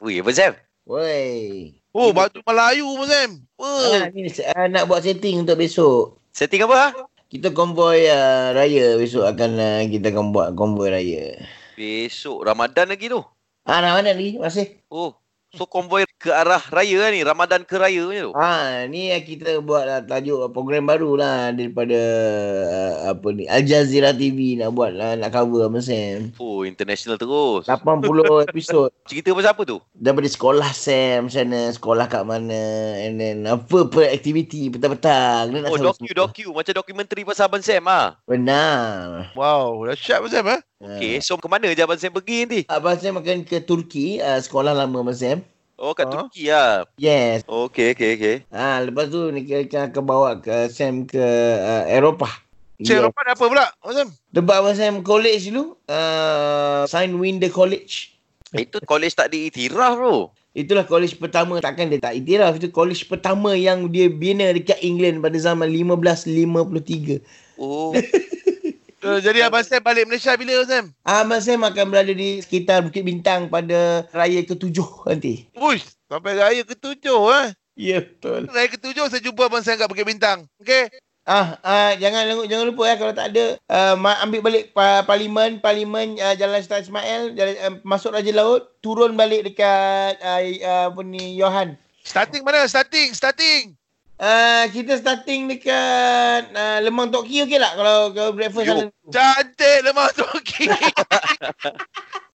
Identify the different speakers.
Speaker 1: Weh, apa Sam?
Speaker 2: Woi.
Speaker 3: Oh, baju Melayu pun Sam. Apa?
Speaker 2: Ah, ni ah, nak buat setting untuk besok.
Speaker 1: Setting apa? Ha?
Speaker 2: Kita konvoi ah, raya besok akan ah, kita akan buat konvoi raya.
Speaker 1: Besok Ramadan lagi tu.
Speaker 2: Ah, nak mana lagi? Masih.
Speaker 1: Oh, so konvoi ke arah raya lah ni. Ramadan ke raya punya tu.
Speaker 2: Ah, ni yang kita buat lah, tajuk program baru lah daripada ah, apa ni Al Jazeera TV nak buat lah, nak cover sama Sam.
Speaker 1: Oh, international terus.
Speaker 2: 80 episod
Speaker 1: Cerita pasal apa tu?
Speaker 2: daripada sekolah Sam macam mana sekolah kat mana and then apa per aktiviti petang-petang dia nak
Speaker 1: Oh,
Speaker 2: tahu
Speaker 1: docu,
Speaker 2: semua.
Speaker 1: docu. Macam dokumentari pasal Abang Sam ah.
Speaker 2: benar
Speaker 3: Wow, dahsyat pun Sam eh.
Speaker 1: Okay, so ke mana je Abang Sam pergi nanti?
Speaker 2: Ah, Abang Sam akan ke Turki uh, sekolah lama Abang Sam
Speaker 1: Oh, kat
Speaker 3: Ha?
Speaker 1: Turki lah.
Speaker 2: yes
Speaker 1: Okay, okay, okay.
Speaker 2: ah lepas tu ni kita akan- akan bawa ke Sam ke uh, Eropah
Speaker 3: Cik yeah. Ropan apa pula? Abang Sam?
Speaker 2: Debat Abang Sam college dulu uh, Saint Winder College
Speaker 1: Itu college tak diiktiraf tu.
Speaker 2: Itulah college pertama takkan dia tak iktiraf itu college pertama yang dia bina dekat England pada zaman 1553
Speaker 1: Oh,
Speaker 3: Uh, jadi Abang Sam balik Malaysia bila Sam?
Speaker 2: Ahmad Sam akan berada di sekitar Bukit Bintang pada raya ketujuh nanti.
Speaker 3: Uish, sampai raya ketujuh eh.
Speaker 2: Ya, yeah, betul.
Speaker 3: Raya ketujuh saya jumpa Abang Sam kat Bukit Bintang. Okay?
Speaker 2: Ah, ah jangan lengu- jangan lupa ya kalau tak ada uh, ambil balik pa- parlimen, parlimen uh, Jalan Sultan Ismail, jalan, uh, masuk Raja Laut, turun balik dekat uh, uh, apa ni Johan.
Speaker 3: Starting mana? Starting, starting.
Speaker 2: Uh, kita starting dekat uh, Lemang Tok Kee okey tak kalau kalau breakfast sana.
Speaker 1: Yo.
Speaker 3: Cantik lemah toki.